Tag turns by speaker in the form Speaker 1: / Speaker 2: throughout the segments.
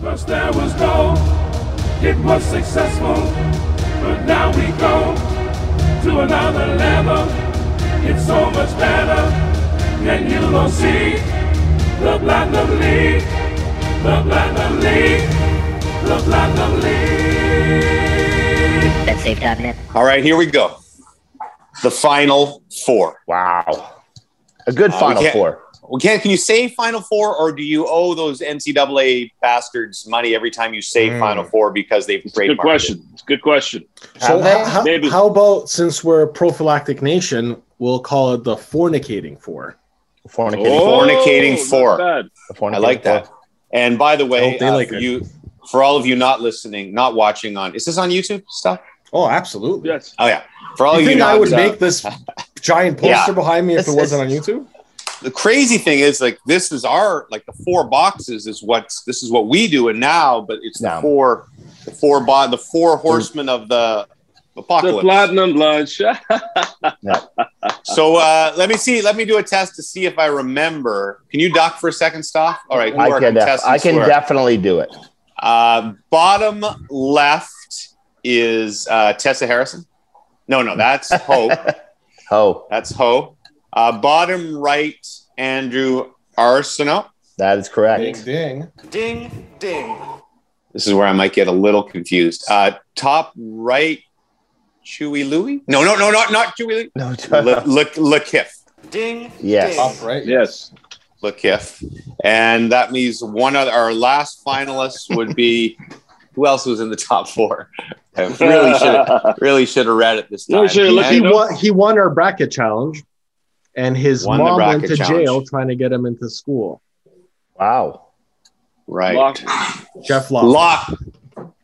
Speaker 1: First there was no, it was successful, but now we go to another level. It's so much better, and you don't see the platinum league, the platinum league, the platinum league.
Speaker 2: That's safe .net.
Speaker 3: All right, here we go. The final four.
Speaker 4: Wow. A good
Speaker 3: Uh, we
Speaker 4: final
Speaker 3: can't-
Speaker 4: four.
Speaker 3: Well, can, can you say Final Four, or do you owe those NCAA bastards money every time you say
Speaker 5: Hmm.
Speaker 4: Mm.
Speaker 3: Final Four because they've
Speaker 6: It's a good
Speaker 3: trademarked it?
Speaker 6: question. It's a good question.
Speaker 5: So
Speaker 4: Have they?
Speaker 5: how, how-
Speaker 6: Maybe.
Speaker 5: how about since we're a prophylactic nation, we'll call it the fornicating four.
Speaker 4: Fornicating.
Speaker 3: Oh, Fornicating
Speaker 6: not
Speaker 3: four.
Speaker 6: bad.
Speaker 4: Fornicating
Speaker 3: I like
Speaker 4: four.
Speaker 3: that. And by the way,
Speaker 5: hope they
Speaker 3: uh,
Speaker 5: like
Speaker 3: for
Speaker 5: it.
Speaker 3: you for all of you not listening, not watching on is this on YouTube stuff?
Speaker 5: Oh, absolutely.
Speaker 6: Yes.
Speaker 3: Oh yeah. For all
Speaker 5: you
Speaker 3: of you
Speaker 5: think
Speaker 3: not
Speaker 5: I would
Speaker 3: uh,
Speaker 5: make this giant poster
Speaker 3: Yeah.
Speaker 5: behind me if it
Speaker 3: It's-
Speaker 5: wasn't on YouTube?
Speaker 3: the crazy thing is like this is our like the four boxes is what's this is what we do and now, but it's the
Speaker 4: Now.
Speaker 3: four the four bo- the four horsemen of the
Speaker 6: The
Speaker 3: apocalypse.
Speaker 6: platinum lunch.
Speaker 3: So uh, let me see. Let me do a test to see if I remember. Can you dock for a second, Stop. All right. who
Speaker 4: I
Speaker 3: are
Speaker 4: can, def-
Speaker 3: contestants
Speaker 4: I can
Speaker 3: who are-
Speaker 4: definitely do it.
Speaker 3: Uh, bottom left is uh, Tessa Harrison. No, no, that's Hope.
Speaker 4: Oh,
Speaker 3: that's Hope. Uh, bottom right, Andrew Arsenault.
Speaker 4: that is correct.
Speaker 5: ding.
Speaker 7: Ding, ding.
Speaker 3: This is where I might get a little confused. Uh, top right, Chewy Louie. No, no, no, not not Chewy Louie.
Speaker 4: No,
Speaker 3: Look, look, look, Kiff.
Speaker 7: Ding,
Speaker 4: Yes.
Speaker 7: ding.
Speaker 5: right?
Speaker 6: yes.
Speaker 3: Lakiff. And that means one other, our last finalist would be who else was in the top four? I really should really should have read it this time.
Speaker 6: Really should've looked
Speaker 5: He
Speaker 6: You know-
Speaker 5: won, he won our bracket challenge, and his
Speaker 3: Won the
Speaker 5: mom
Speaker 3: bracket
Speaker 5: went to
Speaker 3: challenge.
Speaker 5: jail trying to get him into school.
Speaker 4: Wow.
Speaker 3: right.
Speaker 6: Lock.
Speaker 5: Jeff Lofton.
Speaker 3: Lock.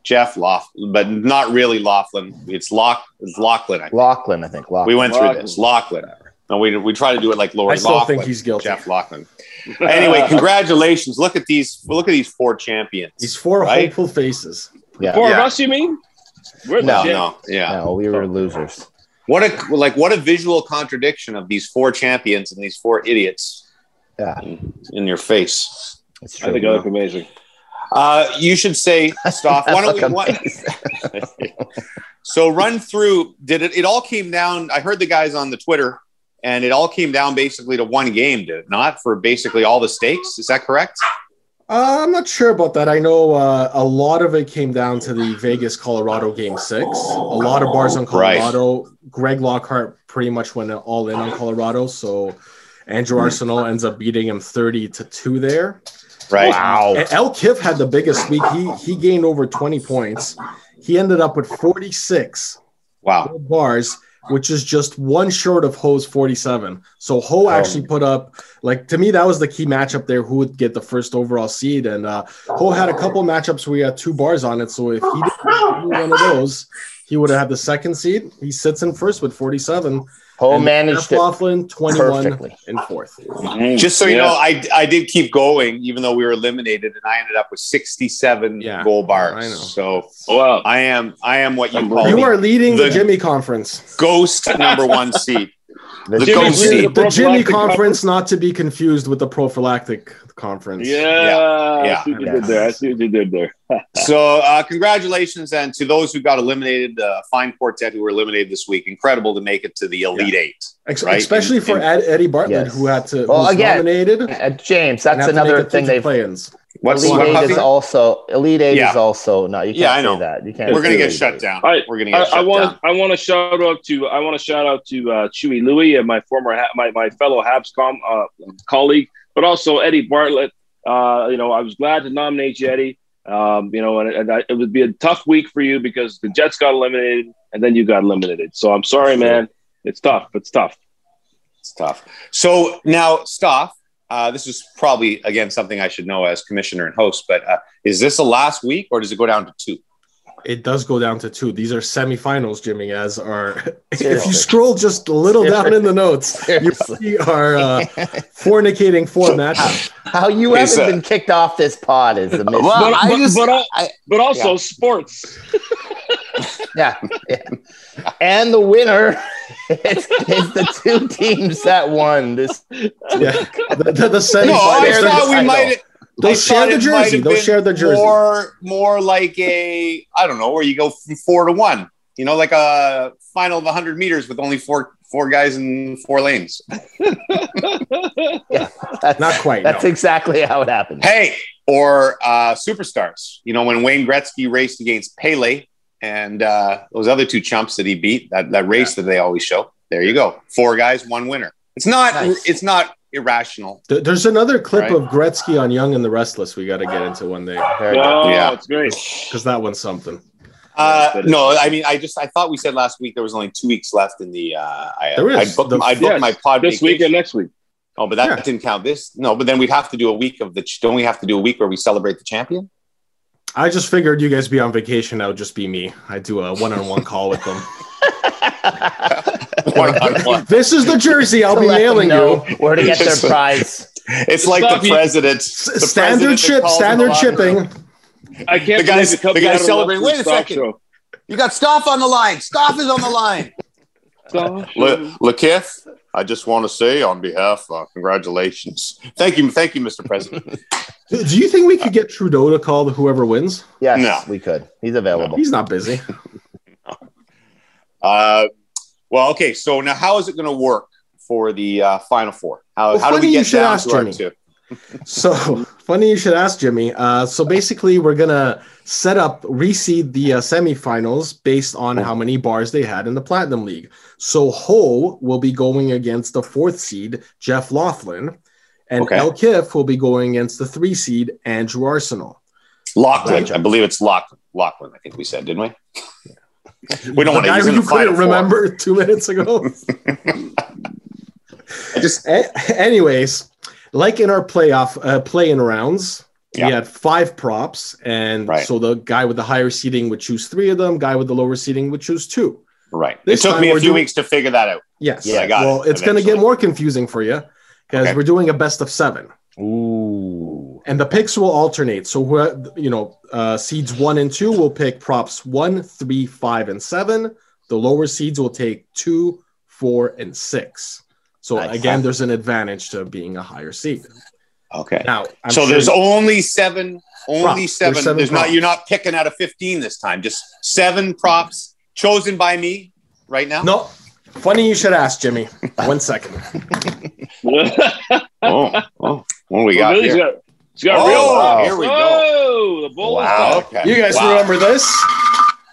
Speaker 3: Jeff Laughlin, but not really Laughlin. It's Lock it's Laughlin. I think.
Speaker 4: Lachlan, I think. Lachlan.
Speaker 3: We went through
Speaker 6: Laughlin.
Speaker 3: this. Laughlin. No, we, we try to do it like Lori
Speaker 5: I still
Speaker 3: Laughlin.
Speaker 5: think he's guilty.
Speaker 3: Jeff Laughlin. Anyway, congratulations. Look at these look at these four champions.
Speaker 5: These four
Speaker 3: Right?
Speaker 5: hopeful faces.
Speaker 4: yeah.
Speaker 6: Four
Speaker 3: Yeah.
Speaker 6: of us, you mean? We're
Speaker 3: no,
Speaker 6: legit.
Speaker 3: no, yeah.
Speaker 4: No, we were losers.
Speaker 3: What a like what a visual contradiction of these four champions and these four idiots.
Speaker 4: Yeah.
Speaker 3: in, in your face.
Speaker 4: It's
Speaker 6: I
Speaker 4: true.
Speaker 6: think I look amazing.
Speaker 3: Uh, you should say stop. Why don't we? Why, so run through. Did it? It all came down. I heard the guys on the Twitter, and it all came down basically to one game. Did it not? For basically all the stakes. Is that correct?
Speaker 5: Uh, I'm not sure about that. I know uh, a lot of it came down to the Vegas Colorado game six. A lot of bars on
Speaker 3: Right.
Speaker 5: Colorado. Greg Lockhart pretty much went all in on Colorado. So Andrew Arsenal ends up beating him 30 to 2 there.
Speaker 3: Right.
Speaker 4: Wow.
Speaker 5: And El Kiff had the biggest week. He, he gained over 20 points. He ended up with 46
Speaker 3: Wow.
Speaker 5: bars, which is just one short of Ho's 47. So Ho actually put up, like, to me, that was the key matchup there who would get the first overall seed. And uh, Ho had a couple matchups where he had two bars on it. So if he didn't win one of those, he would have had the second seed. He sits in first with 47.
Speaker 4: Ho
Speaker 5: And
Speaker 4: managed
Speaker 5: Jeff
Speaker 4: it
Speaker 5: Laughlin, 21
Speaker 4: perfectly.
Speaker 5: and fourth.
Speaker 3: Just so you
Speaker 6: Yeah.
Speaker 3: know, I I did keep going even though we were eliminated, and I ended up with sixty-seven
Speaker 5: Yeah.
Speaker 3: goal bars.
Speaker 5: I know.
Speaker 3: So
Speaker 6: Wow.
Speaker 3: I am I am what you call
Speaker 5: You
Speaker 3: the
Speaker 5: are leading the,
Speaker 3: The-
Speaker 5: Jimmy conference.
Speaker 3: ghost number one seed.
Speaker 4: The
Speaker 3: The
Speaker 4: Jimmy
Speaker 3: ghost
Speaker 4: G-
Speaker 3: seed.
Speaker 5: The Jimmy
Speaker 6: prophylactic
Speaker 5: conference, not to be confused with the prophylactic conference.
Speaker 6: Yeah. I
Speaker 3: Yeah.
Speaker 6: see what you did there. I see what you did there.
Speaker 3: So, uh, congratulations, and to those who got eliminated, the fine quartet who were eliminated this week. Incredible to make it to the Elite Eight.
Speaker 5: Ex-
Speaker 3: Right,
Speaker 5: Especially
Speaker 3: and-
Speaker 5: for
Speaker 3: and-
Speaker 5: Ed, Eddie Bartlett,
Speaker 4: Yes.
Speaker 5: who had to
Speaker 4: Well,
Speaker 5: who's
Speaker 4: again,
Speaker 5: nominated.
Speaker 4: Uh, James,
Speaker 5: and
Speaker 4: that's
Speaker 5: have to make
Speaker 4: another
Speaker 5: it
Speaker 4: thing
Speaker 5: through
Speaker 4: they've.
Speaker 5: the play-ins.
Speaker 3: What's
Speaker 4: Elite
Speaker 3: what,
Speaker 4: Eight
Speaker 3: Puffy?
Speaker 4: is also Elite Eight
Speaker 3: Yeah.
Speaker 4: is also no. You can't
Speaker 3: Yeah, I
Speaker 4: say
Speaker 3: know.
Speaker 4: that. You can't.
Speaker 3: We're gonna
Speaker 4: say
Speaker 3: get
Speaker 4: Elite
Speaker 3: shut
Speaker 4: Eight.
Speaker 3: down.
Speaker 6: All right.
Speaker 3: We're gonna get shut
Speaker 6: I, I
Speaker 3: down.
Speaker 6: want I want to shout out to I want to shout out to uh, Chewy Louie and my former ha- my my fellow Habs com, uh, colleague, but also Eddie Bartlett. Uh, you know, I was glad to nominate you, Eddie. Um, you know, and, and I, it would be a tough week for you because the Jets got eliminated and then you got eliminated. So I'm sorry, man. It's tough. It's tough.
Speaker 3: It's tough. So now, Stoff, uh, this is probably again something I should know as commissioner and host, but uh, is this the last week or does it go down to two?
Speaker 5: It does go down to two. These are semifinals, Jimmy. As are if
Speaker 4: Seriously.
Speaker 5: you scroll just a little down in the notes, you
Speaker 4: Seriously.
Speaker 5: see our uh, fornicating four matchups.
Speaker 4: How you
Speaker 3: Is,
Speaker 4: haven't
Speaker 3: uh,
Speaker 4: been kicked off this pod is a mystery.
Speaker 6: but,
Speaker 7: I
Speaker 6: but,
Speaker 7: just-
Speaker 6: but, al-
Speaker 7: I-
Speaker 6: but also sports.
Speaker 4: yeah, yeah. And the winner is, is the two teams that won this.
Speaker 5: Yeah, the, the, the
Speaker 3: No, I
Speaker 4: There's
Speaker 5: semifinals.
Speaker 4: not-
Speaker 3: thought we
Speaker 4: I know.
Speaker 3: might.
Speaker 5: They shared the jersey. They shared the jersey.
Speaker 3: More, more like a I don't know where you go from four to one. You know, like a final of hundred meters with only four four guys in four lanes.
Speaker 4: yeah, that's,
Speaker 5: Not quite,
Speaker 4: That's
Speaker 5: no.
Speaker 4: exactly how it happened.
Speaker 3: hey, or uh, superstars. You know, when Wayne Gretzky raced against Pele and uh, those other two chumps that he beat, that, that race that they always show. There you go. Four guys, one winner. It's not.
Speaker 4: Nice.
Speaker 3: It's not irrational.
Speaker 5: Th- There's another clip
Speaker 3: Right.
Speaker 5: of Gretzky on Young and the Restless. We got to get into one day
Speaker 4: There you go.
Speaker 6: Oh,
Speaker 3: Yeah.
Speaker 6: it's great.
Speaker 5: because that one's something.
Speaker 3: Uh, no, I mean, I just I thought we said last week there was only two weeks left in the. Uh, I,
Speaker 5: There is.
Speaker 3: I booked,
Speaker 5: The-
Speaker 3: I booked
Speaker 6: Yes.
Speaker 3: my pod
Speaker 6: This week and next week.
Speaker 3: Oh, but that
Speaker 5: Yeah.
Speaker 3: didn't count. This no, but then we'd have to do a week of the. ch- Don't we have to do a week where we celebrate the champion?
Speaker 5: I just figured you guys be on vacation. That would just be me. I do a one-on-one call with them.
Speaker 3: One-on-one.
Speaker 5: This is the jersey I'll
Speaker 4: To
Speaker 5: be
Speaker 4: let them
Speaker 5: mailing you.
Speaker 4: know where to get their prize.
Speaker 3: It's like
Speaker 6: not
Speaker 3: the
Speaker 6: me.
Speaker 3: president. the
Speaker 5: S- standard
Speaker 3: president that
Speaker 5: chip,
Speaker 3: calls in the
Speaker 5: standard
Speaker 3: locker room.
Speaker 5: chipping.
Speaker 6: I can't.
Speaker 3: The guys-
Speaker 6: believe Cubs
Speaker 3: the guys
Speaker 6: had a
Speaker 3: celebrating.
Speaker 6: Westwood
Speaker 3: Wait a
Speaker 6: stock
Speaker 3: second. You got Stoff on the line. Stoff is on the line.
Speaker 6: Show.
Speaker 3: Lakiff, I just want to say on behalf, uh, congratulations. Thank you, thank you, Mr. President.
Speaker 5: Do do you think we could get Trudeau to call whoever wins?
Speaker 4: Yes,
Speaker 3: No.
Speaker 4: we could. He's available.
Speaker 5: He's not busy.
Speaker 3: Uh, well, okay. So now, how is it going to work for the uh, Final Four? How,
Speaker 5: Well,
Speaker 3: how do
Speaker 5: funny
Speaker 3: we
Speaker 5: you
Speaker 3: get
Speaker 5: should
Speaker 3: down
Speaker 5: ask,
Speaker 3: to our
Speaker 5: Jimmy.
Speaker 3: two?
Speaker 5: So funny you should ask, Jimmy. Uh, so basically, we're gonna set up reseed the uh, semifinals based on how many bars they had in the Platinum League. So Ho will be going against the fourth seed Jeff Laughlin, and
Speaker 3: Okay.
Speaker 5: El Kiff will be going against the three seed Andrew Arsenal.
Speaker 3: Lachlan, I believe it's Lachlan. Lachlan, I think we said, didn't we? We don't
Speaker 5: The
Speaker 3: want to
Speaker 5: guy
Speaker 3: use him
Speaker 5: you
Speaker 3: in the Final
Speaker 5: couldn't
Speaker 3: Four.
Speaker 5: remember two minutes ago.
Speaker 3: I just
Speaker 5: A- anyways, like in our playoff uh, play-in rounds,
Speaker 3: Yeah.
Speaker 5: we had five props, and
Speaker 3: Right.
Speaker 5: so the guy with the higher seating would choose three of them. Guy with the lower seating would choose two.
Speaker 3: right.
Speaker 5: This
Speaker 3: it took
Speaker 5: time
Speaker 3: me a
Speaker 5: we're
Speaker 3: few
Speaker 5: doing-
Speaker 3: weeks to figure that out.
Speaker 5: Yes.
Speaker 3: Yeah, I got
Speaker 5: well,
Speaker 3: it
Speaker 5: it's going to get
Speaker 3: eventually.
Speaker 5: more confusing for you because
Speaker 3: Okay.
Speaker 5: we're doing a best of seven,
Speaker 4: Ooh.
Speaker 5: and the picks will alternate. So who you know, uh, seeds one and two will pick props one, three, five, and seven. The lower seeds will take two, four, and six. So
Speaker 4: Nice.
Speaker 5: again, there's an advantage to being a higher seed.
Speaker 3: Okay.
Speaker 5: Now, I'm
Speaker 3: so
Speaker 5: sure
Speaker 3: there's only seven, only
Speaker 5: Props. There's
Speaker 3: seven. There's,
Speaker 5: seven
Speaker 3: not.
Speaker 5: props.
Speaker 3: You're not picking out of fifteen this time. Just seven props chosen by me right now.
Speaker 5: No. Funny you should ask, Jimmy. One second.
Speaker 3: oh, oh, what do we got
Speaker 6: Billy's
Speaker 3: here?
Speaker 6: got, he's got
Speaker 3: Oh,
Speaker 6: real love.
Speaker 3: here we go.
Speaker 6: Whoa, the bowl
Speaker 3: Wow.
Speaker 6: is back.
Speaker 3: Okay.
Speaker 5: You guys
Speaker 3: Wow.
Speaker 5: remember this?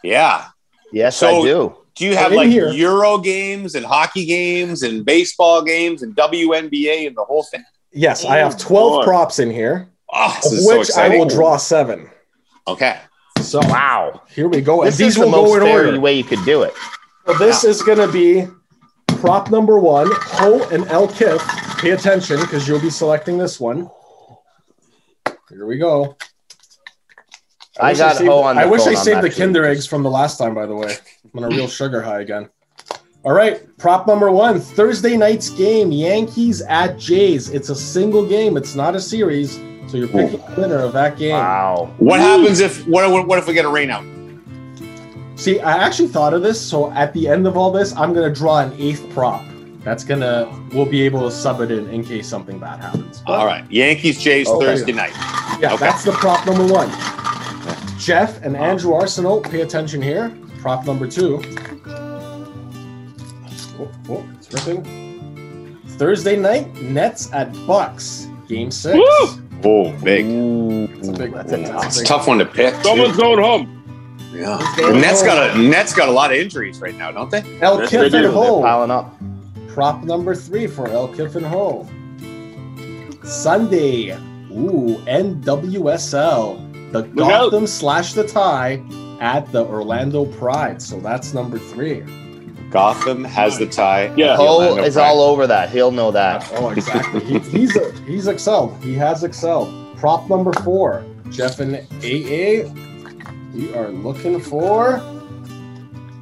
Speaker 3: Yeah.
Speaker 4: Yes,
Speaker 3: So-
Speaker 4: I do.
Speaker 3: Do you have
Speaker 5: in
Speaker 3: like
Speaker 5: here.
Speaker 3: Euro games and hockey games and baseball games and WNBA and the whole thing?
Speaker 5: Yes, I
Speaker 4: Oh,
Speaker 5: have
Speaker 6: Lord.
Speaker 5: 12 props in here,
Speaker 3: Oh,
Speaker 5: of
Speaker 3: this is so
Speaker 5: which I
Speaker 3: exciting.
Speaker 5: will draw seven.
Speaker 3: Okay.
Speaker 5: So
Speaker 4: Wow.
Speaker 5: here we go. And
Speaker 4: This
Speaker 5: these
Speaker 4: is the
Speaker 5: will go
Speaker 4: most
Speaker 5: in
Speaker 4: fair
Speaker 5: order.
Speaker 4: way you could do it.
Speaker 5: So this is going to be prop number one Ho and El Kif. Pay attention because you'll be selecting this one. Here we go.
Speaker 4: I
Speaker 5: wish
Speaker 4: got
Speaker 5: saved,
Speaker 4: Ho on the
Speaker 5: I wish
Speaker 4: phone
Speaker 5: I
Speaker 4: on
Speaker 5: saved
Speaker 4: that
Speaker 5: the
Speaker 4: too.
Speaker 5: Kinder eggs from the last time, by the way. I'm on a real sugar high again. All right, prop number one Thursday night's game Yankees at Jays. It's a single game, it's not a series. So you're picking the winner of that game.
Speaker 4: Wow.
Speaker 3: What happens if what, what what if we get a rainout?
Speaker 5: See, I actually thought of this. So at the end of all this, I'm going to draw an eighth prop. That's going to, we'll be able to sub it in in case something bad happens. But-
Speaker 3: All right. Yankees Jays
Speaker 5: Okay.
Speaker 3: Thursday night.
Speaker 5: Yeah,
Speaker 3: Okay.
Speaker 5: that's the prop number one. Jeff and Andrew Arsenal, pay attention here. Prop number two. Oh, oh, it's ripping. Thursday night, Nets at Bucks, game six.
Speaker 6: Woo!
Speaker 3: Oh, big.
Speaker 4: Ooh.
Speaker 5: That's a big that's a- that's
Speaker 3: It's
Speaker 5: a
Speaker 3: a
Speaker 5: big-
Speaker 3: tough one to pick. too.
Speaker 6: Someone's going home.
Speaker 3: Yeah. Net's got a Net's got a lot of injuries right now, don't they?
Speaker 5: El
Speaker 6: Yes,
Speaker 5: Kiff
Speaker 6: they
Speaker 5: and
Speaker 6: do.
Speaker 4: They're
Speaker 5: Ho.
Speaker 4: piling up.
Speaker 5: Prop number three for El Kiff and Ho. Sunday. Ooh, NWSL. The
Speaker 6: Look out.
Speaker 5: Gotham slash the tie at the Orlando Pride. So that's number three.
Speaker 3: Gotham has the tie.
Speaker 6: Yeah.
Speaker 4: Ho is all over that. He'll know that.
Speaker 5: Oh, exactly. he, he's he's excelled. He has excelled. Prop number four, Jeff and AA. We are looking for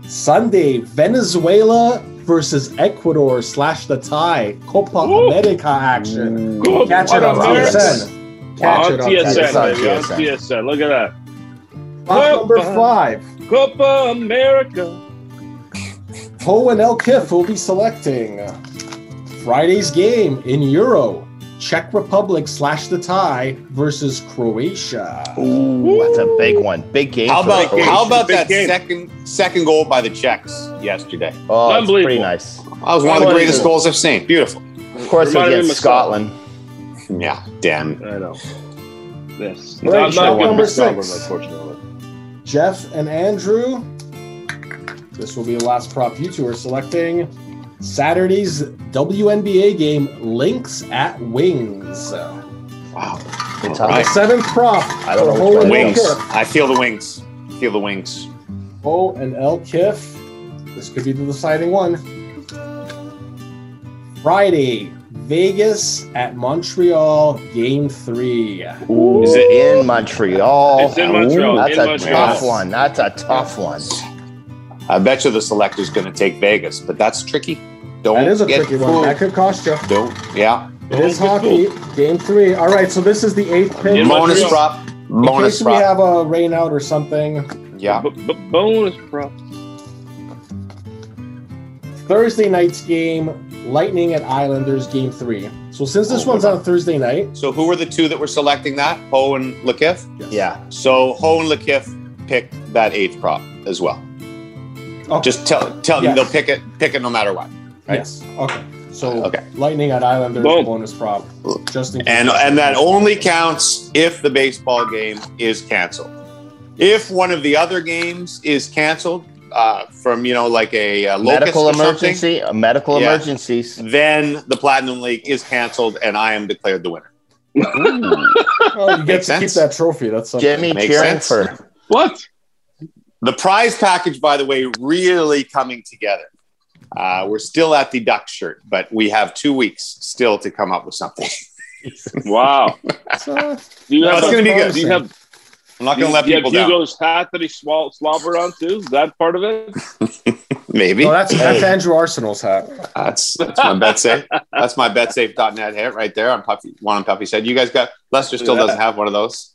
Speaker 5: Sunday Venezuela versus Ecuador slash the tie Copa
Speaker 6: Woo.
Speaker 5: America action.
Speaker 6: Go
Speaker 5: Catch it on
Speaker 6: America.
Speaker 5: TSN. Catch
Speaker 6: on
Speaker 5: it on
Speaker 6: TSN,
Speaker 5: TSN.
Speaker 4: TSN.
Speaker 6: baby. On
Speaker 4: TSN.
Speaker 6: TSN. Look at that.
Speaker 5: Prop number five,
Speaker 6: Copa America.
Speaker 5: Ho and El Kif will be selecting Friday's game in Euro. Czech Republic slash the tie versus Croatia.
Speaker 4: Ooh, that's a big one. Big game.
Speaker 3: How
Speaker 4: for
Speaker 3: about
Speaker 4: Croatia.
Speaker 3: how about
Speaker 6: Big
Speaker 3: that
Speaker 6: game.
Speaker 3: second second goal by the Czechs yesterday?
Speaker 4: Oh, it's pretty
Speaker 6: Unbelievable.
Speaker 4: nice.
Speaker 3: That was one
Speaker 5: Oh,
Speaker 3: of the greatest goals I've seen. Beautiful.
Speaker 4: Of course,
Speaker 6: Reminded me
Speaker 4: against
Speaker 6: of myself.
Speaker 4: Scotland.
Speaker 3: Yeah, damn.
Speaker 6: I know. Yes.
Speaker 4: Well,
Speaker 6: I'm
Speaker 4: you
Speaker 6: not
Speaker 4: should
Speaker 6: good
Speaker 5: number
Speaker 6: for Scotland,
Speaker 5: six.
Speaker 6: unfortunately.
Speaker 5: Jeff and Andrew. This will be the last prop you two are selecting. Saturday's WNBA game, Lynx at Wings.
Speaker 3: Wow.
Speaker 4: Good
Speaker 3: All
Speaker 5: The
Speaker 3: right.
Speaker 4: time.
Speaker 5: seventh prop
Speaker 4: I don't
Speaker 5: for
Speaker 4: know
Speaker 5: Ho
Speaker 4: which
Speaker 5: and
Speaker 4: one
Speaker 5: El
Speaker 3: Wings.
Speaker 5: Kiff.
Speaker 3: I feel the wings. Feel the wings.
Speaker 5: Ho and El Kiff. This could be the deciding one. Friday, Vegas at Montreal, game three.
Speaker 3: Is it-
Speaker 4: in Montreal?
Speaker 6: It's in Montreal.
Speaker 4: That's
Speaker 6: In
Speaker 4: a
Speaker 6: Montreal.
Speaker 4: tough one. That's a tough one.
Speaker 3: I bet you the selector's going to take Vegas, but that's tricky. Don't
Speaker 5: That is a
Speaker 3: get
Speaker 5: tricky
Speaker 3: fooled.
Speaker 5: one. That could cost you.
Speaker 3: Don't. Yeah.
Speaker 5: It is hockey. Game three. All right, so this is the eighth pick.
Speaker 6: In
Speaker 3: bonus
Speaker 6: Montreal.
Speaker 3: prop.
Speaker 5: In
Speaker 3: Bonus
Speaker 5: case we
Speaker 3: prop.
Speaker 5: have a rain out or something.
Speaker 3: Yeah.
Speaker 6: B- b- bonus prop.
Speaker 5: Thursday night's game, Lightning at Islanders, game three. So since this
Speaker 3: Oh,
Speaker 5: one's on a Thursday night,
Speaker 3: So who were the two that were selecting that? Ho and Lakiff?
Speaker 4: Yeah.
Speaker 3: So Ho and Lakiff picked that eighth prop as well.
Speaker 5: Okay.
Speaker 3: Just tell tell
Speaker 5: Yes.
Speaker 3: them they'll pick it pick it no matter what. Right.
Speaker 5: yes. Okay. So
Speaker 3: Okay.
Speaker 5: Lightning at Islanders,
Speaker 6: Boom.
Speaker 5: bonus prop. Just in case.
Speaker 3: And and that only counts if the baseball game is canceled. If one of the other games is canceled uh, from you know like a uh, locust
Speaker 4: Medical
Speaker 3: or something,
Speaker 4: emergency. A medical
Speaker 3: Yeah.
Speaker 4: emergencies.
Speaker 3: then the Platinum League is canceled and I am declared the winner.
Speaker 5: oh, you get
Speaker 3: Makes
Speaker 5: to keep
Speaker 3: sense.
Speaker 5: that trophy. That's uh, something.
Speaker 4: Jimmy
Speaker 3: Makes
Speaker 4: cheering
Speaker 3: sense.
Speaker 4: for.
Speaker 6: What?
Speaker 3: The prize package, by the way, really coming together. Uh, we're still at the duck shirt, but we have two weeks still to come up with something.
Speaker 6: Wow.
Speaker 5: So,
Speaker 6: Do you
Speaker 3: No,
Speaker 6: have
Speaker 3: it's
Speaker 6: a-
Speaker 3: gonna be good.
Speaker 6: Do you
Speaker 5: Oh,
Speaker 6: have,
Speaker 3: I'm not
Speaker 6: do
Speaker 3: going
Speaker 6: you
Speaker 3: to let people
Speaker 6: have
Speaker 3: down.
Speaker 6: Hugo's hat that he swall- slobbered on too? Is that part of it?
Speaker 3: Maybe
Speaker 5: no, that's that's
Speaker 4: Hey.
Speaker 5: Andrew Arsenal's hat.
Speaker 3: that's that's my bet safe. That's my betsafe.net hit right there on Puffy. One on Puffy said, "You guys got Lester still
Speaker 6: Yeah.
Speaker 3: doesn't have one of those.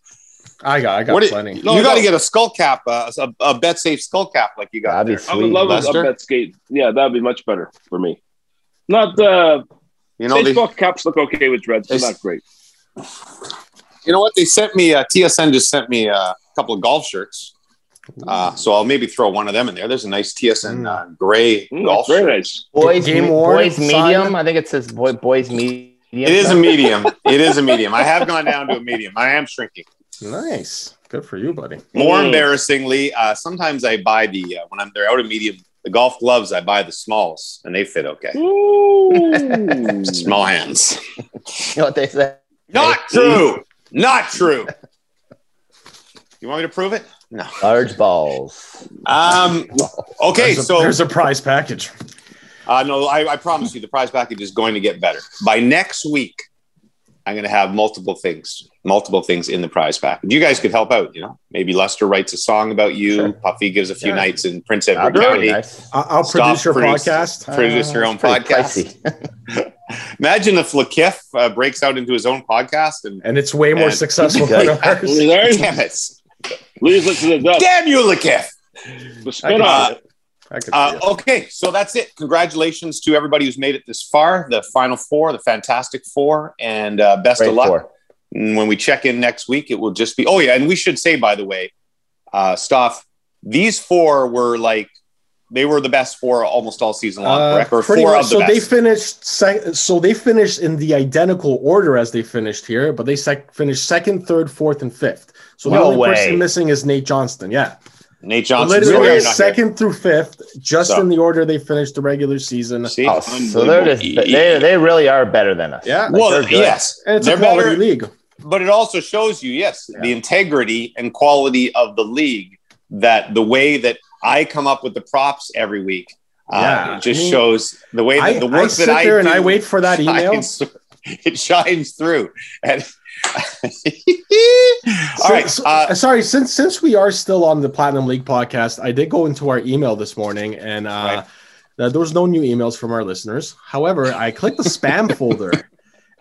Speaker 5: I got I got
Speaker 3: What it-
Speaker 5: plenty.
Speaker 6: No,
Speaker 3: you got to
Speaker 6: no.
Speaker 3: get a skull cap, uh, a, a betsafe skull cap like you got.
Speaker 4: That'd be
Speaker 3: there.
Speaker 6: I would
Speaker 4: Sweet.
Speaker 6: love a-
Speaker 3: Lester?
Speaker 6: a bet skate. Yeah, that'd be much better for me. Not the
Speaker 3: You know, they,
Speaker 6: baseball caps look okay with dreads. They're
Speaker 3: They-
Speaker 6: not great.
Speaker 3: you know what they sent me. Uh, TSN just sent me uh, a couple of golf shirts, uh, so I'll maybe throw one of them in there. There's a nice TSN uh, gray
Speaker 6: Mm,
Speaker 3: golf
Speaker 6: that's very
Speaker 3: shirt.
Speaker 6: nice.
Speaker 4: Boys,
Speaker 5: Game
Speaker 4: me-
Speaker 5: worn,
Speaker 4: boys medium.
Speaker 5: signed.
Speaker 4: I think it says boy, boys medium.
Speaker 3: It is a medium. it is a medium. I have gone down to a medium. I am shrinking.
Speaker 5: Nice. Good for you, buddy.
Speaker 3: More
Speaker 6: Mm.
Speaker 3: embarrassingly, uh, sometimes I buy the uh, when I'm they're out of medium. The golf gloves I buy the smalls and they fit okay.
Speaker 6: Mm. Ooh.
Speaker 3: Small hands.
Speaker 4: You know what they say?
Speaker 3: Not true. Not true. You want me to prove it? No.
Speaker 4: Large balls.
Speaker 3: Um, okay,
Speaker 5: there's a,
Speaker 3: so
Speaker 5: there's a prize package.
Speaker 3: uh, no, I, I promise you, the prize package is going to get better by next week. I'm going to have multiple things, multiple things in the prize package. You guys could help out, you know. Maybe Lester writes a song about you.
Speaker 4: Sure.
Speaker 3: Puffy gives a few
Speaker 5: Yeah.
Speaker 3: nights in Prince Edward
Speaker 4: That'd be
Speaker 3: County.
Speaker 4: nice.
Speaker 5: I- I'll
Speaker 3: Stop
Speaker 5: produce your
Speaker 3: producing.
Speaker 5: podcast.
Speaker 3: Produce your own
Speaker 4: Pretty
Speaker 3: podcast.
Speaker 4: pricey.
Speaker 3: Imagine if LaKiff uh, breaks out into his own podcast and
Speaker 5: Uh, And it's way more
Speaker 3: And-
Speaker 5: successful than
Speaker 3: Uh,
Speaker 5: ours.
Speaker 6: Larry,
Speaker 3: damn it,
Speaker 6: Please listen to that.
Speaker 3: damn you, LaKiff.
Speaker 6: The spin
Speaker 3: Uh,
Speaker 6: on it.
Speaker 5: I could see
Speaker 3: Uh,
Speaker 5: it.
Speaker 3: okay, so that's it. Congratulations to everybody who's made it this far, the Final Four, the Fantastic Four, and uh, best
Speaker 4: Great
Speaker 3: of luck.
Speaker 4: four.
Speaker 3: And when we check in next week, it will just be. Oh yeah, and we should say by the way, uh, Stoff, these four were like they were the best four almost all season long,
Speaker 5: Uh,
Speaker 3: correct? Or
Speaker 5: pretty
Speaker 3: four
Speaker 5: much.
Speaker 3: of the
Speaker 5: so
Speaker 3: best.
Speaker 5: they finished sec- so they finished in the identical order as they finished here but they sec- finished second third fourth and fifth so the
Speaker 4: No
Speaker 5: only
Speaker 4: way.
Speaker 5: person missing is nate johnston yeah
Speaker 3: Nate Johnson,
Speaker 5: literally
Speaker 3: sorry, you're not
Speaker 5: second through fifth just
Speaker 3: So.
Speaker 5: in the order they finished the regular season
Speaker 3: here. See?
Speaker 4: Oh, so they're just, they, they really are better than us.
Speaker 5: Yeah.
Speaker 4: Like,
Speaker 3: well,
Speaker 4: they're good.
Speaker 3: yes,
Speaker 5: and it's
Speaker 3: they're
Speaker 5: a quality
Speaker 3: better.
Speaker 5: league
Speaker 3: but it also shows you, yes,
Speaker 4: Yeah.
Speaker 3: the integrity and quality of the league. That the way that I come up with the props every week, uh,
Speaker 5: Yeah.
Speaker 3: it just
Speaker 5: I mean,
Speaker 3: shows the way that
Speaker 5: I,
Speaker 3: the
Speaker 5: I
Speaker 3: work
Speaker 5: sit
Speaker 3: that I
Speaker 5: there
Speaker 3: do
Speaker 5: and i wait for that email
Speaker 3: shines- it shines through. And all
Speaker 5: So-
Speaker 3: right,
Speaker 5: so-
Speaker 3: uh,
Speaker 5: uh, sorry. Since since we are still on the Platinum League podcast, I did go into our email this morning, and uh,
Speaker 3: Right.
Speaker 5: th- there was no new emails from our listeners. However, I clicked the spam folder,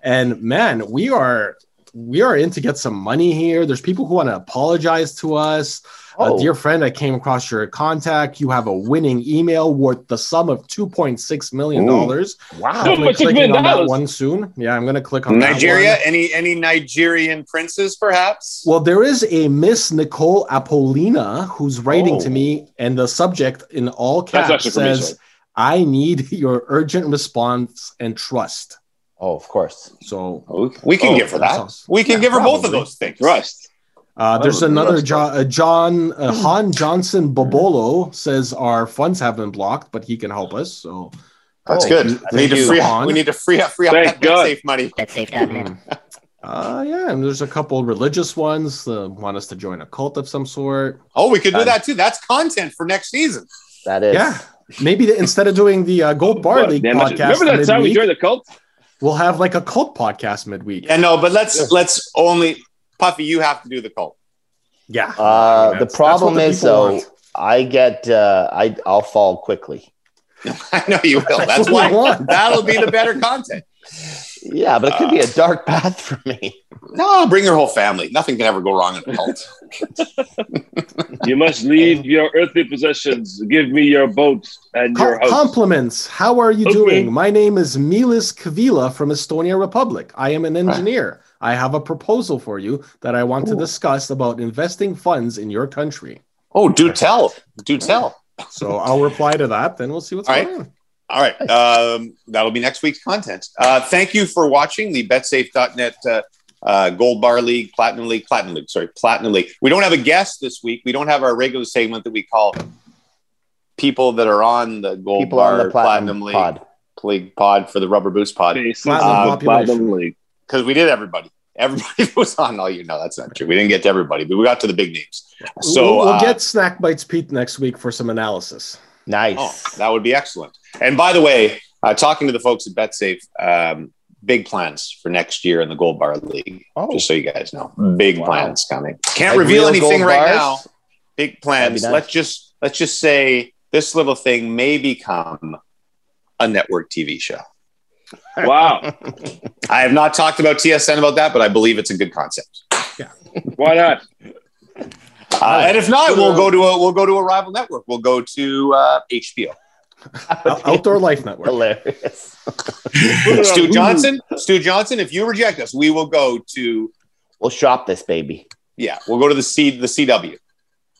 Speaker 5: and man, we are we are in to get some money here. There's people who want to apologize to us. A
Speaker 4: Oh.
Speaker 5: dear friend, I came across your contact. You have a winning email worth the sum of two point six million dollars.
Speaker 4: Wow.
Speaker 5: I'm
Speaker 6: $2.6
Speaker 5: clicking on that
Speaker 6: million.
Speaker 5: one soon. Yeah, I'm gonna click on that
Speaker 3: Nigeria?
Speaker 5: one.
Speaker 3: Any any Nigerian princes, perhaps?
Speaker 5: Well, there is a Miss Nicole Apollina who's writing to
Speaker 3: Oh.
Speaker 5: me, and the subject in all
Speaker 6: That's
Speaker 5: caps
Speaker 6: actually for me,
Speaker 5: says, "I need your urgent response and trust."
Speaker 4: Oh, of course.
Speaker 5: So
Speaker 3: we can
Speaker 6: Oh,
Speaker 3: give her
Speaker 5: that
Speaker 3: that.
Speaker 5: sounds-
Speaker 3: We can
Speaker 5: yeah,
Speaker 3: give her both of
Speaker 5: probably.
Speaker 3: those things.
Speaker 6: Rust.
Speaker 5: Uh, there's
Speaker 6: Well,
Speaker 5: another
Speaker 6: Oh, that's
Speaker 5: John, uh, John uh, Han Johnson Bobolo says our funds have been blocked, but he can help us. So
Speaker 3: That's
Speaker 4: Oh,
Speaker 3: good.
Speaker 5: thank
Speaker 3: We need to
Speaker 5: you.
Speaker 3: free up. We need to free up. Free up
Speaker 6: Thank
Speaker 3: that
Speaker 6: God.
Speaker 3: safe money.
Speaker 5: Mm. Uh, yeah, and there's a couple religious ones that want us to join a cult of some sort.
Speaker 3: Oh, we could do
Speaker 4: Done.
Speaker 3: that too. That's content for next season.
Speaker 4: That is.
Speaker 5: Yeah, maybe the, instead of doing the uh, Gold Bar
Speaker 6: But,
Speaker 5: League
Speaker 6: damn it.
Speaker 5: podcast,
Speaker 6: Remember that time we
Speaker 5: midweek,
Speaker 6: joined the cult?
Speaker 5: we'll have like a cult podcast midweek.
Speaker 3: Yeah, no, but let's let's only Puffy. You have to do the cult.
Speaker 5: Yeah,
Speaker 4: Uh, the
Speaker 5: That's- that's
Speaker 4: problem
Speaker 5: what the
Speaker 4: is
Speaker 5: people
Speaker 4: though,
Speaker 5: want.
Speaker 4: I get uh, I I'll fall quickly.
Speaker 3: I know you will. That's
Speaker 5: what we
Speaker 3: why
Speaker 5: want.
Speaker 3: that'll be the better content.
Speaker 4: Yeah, but it could be a
Speaker 5: Uh,
Speaker 4: dark path for me.
Speaker 3: No, bring your whole family. Nothing can ever go wrong in a cult.
Speaker 6: You must leave your earthly possessions. Give me your boat and
Speaker 5: Co-
Speaker 6: your house.
Speaker 5: compliments. How are you
Speaker 6: Okay.
Speaker 5: doing? My name is Milis Kvila from Estonia Republic. I am an
Speaker 3: Ah.
Speaker 5: engineer. I have a proposal for you that I want to discuss about investing funds in your country.
Speaker 3: oh, do tell. Do tell.
Speaker 5: So I'll reply to that. Then we'll see what's
Speaker 3: All right.
Speaker 5: going on.
Speaker 3: All right. Um, that'll be next week's content. Uh, thank you for watching the betsafe.net uh, uh, Gold Bar League, Platinum League, Platinum League. Sorry, Platinum League. We don't have a guest this week. We don't have our regular segment that we call people that are on the Gold
Speaker 4: People
Speaker 3: Bar
Speaker 4: on the platinum,
Speaker 3: League,
Speaker 4: pod.
Speaker 3: League pod for the Rubber Boost pod
Speaker 6: Faces
Speaker 5: Platinum
Speaker 6: of
Speaker 5: population.
Speaker 6: Platinum League.
Speaker 3: because we did everybody. Everybody was on all you know. That's not true. We didn't get to everybody, but we got to the big names. So
Speaker 5: we'll, we'll
Speaker 3: uh,
Speaker 5: get Snack Bites Pete next week for some analysis.
Speaker 4: Nice.
Speaker 3: Oh, that would be excellent. And by the way, uh, talking to the folks at BetSafe, um, big plans for next year in the Gold Bar League.
Speaker 4: Oh.
Speaker 3: Just so you guys know,
Speaker 5: Mm,
Speaker 3: big
Speaker 4: Wow.
Speaker 3: plans coming. Can't
Speaker 4: Like
Speaker 3: reveal
Speaker 4: real
Speaker 3: anything
Speaker 4: gold
Speaker 3: right now.
Speaker 4: bars?
Speaker 3: Big plans.
Speaker 4: That'd be nice.
Speaker 3: Let's just let's just say this little thing may become a network TV show.
Speaker 6: Wow.
Speaker 3: I have not talked about TSN about that, but I believe it's a good concept.
Speaker 6: Why not?
Speaker 3: Uh, and if not,
Speaker 5: Good
Speaker 3: we'll
Speaker 5: one.
Speaker 3: go to a we'll go to a rival network. We'll go to uh, HBO.
Speaker 4: That would
Speaker 5: Out-
Speaker 4: be
Speaker 5: Outdoor Life
Speaker 3: Oh,
Speaker 5: Network.
Speaker 4: hilarious.
Speaker 6: it on
Speaker 3: Stu
Speaker 6: Hulu.
Speaker 3: Johnson, Stu Johnson. If you reject us, we will go to
Speaker 4: We'll shop this baby.
Speaker 3: Yeah, we'll go to the C the CW. Is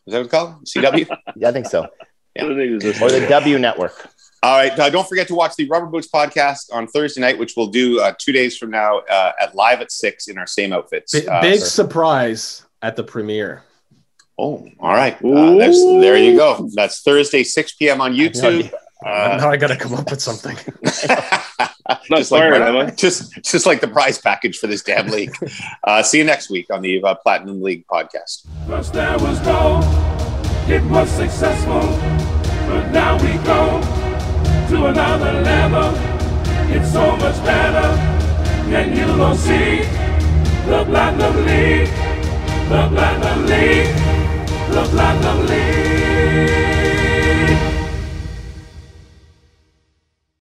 Speaker 3: that what it's called? CW.
Speaker 4: Yeah, I think so.
Speaker 3: Yeah.
Speaker 6: I think it
Speaker 4: Or
Speaker 6: was
Speaker 4: the W network.
Speaker 3: All right. Uh, don't forget to watch the Rubber Boots podcast on Thursday night, which we'll do uh, two days from now uh, at live at six in our same outfits.
Speaker 5: Bi-
Speaker 3: Uh,
Speaker 5: big
Speaker 3: so-
Speaker 5: surprise at the premiere.
Speaker 3: Oh, all right. Uh, there's, there you go. That's Thursday, six p.m. on YouTube. Uh,
Speaker 5: now I got to come up with something.
Speaker 6: Not
Speaker 3: just, like
Speaker 6: fired, am I?
Speaker 3: just, just like the prize package for this damn league. Uh, see you next week on the uh, Platinum League podcast.
Speaker 1: First there was gold, it was successful, but now we go to another level. It's so much better, and you don't see the Platinum League, the Platinum League, the Platinum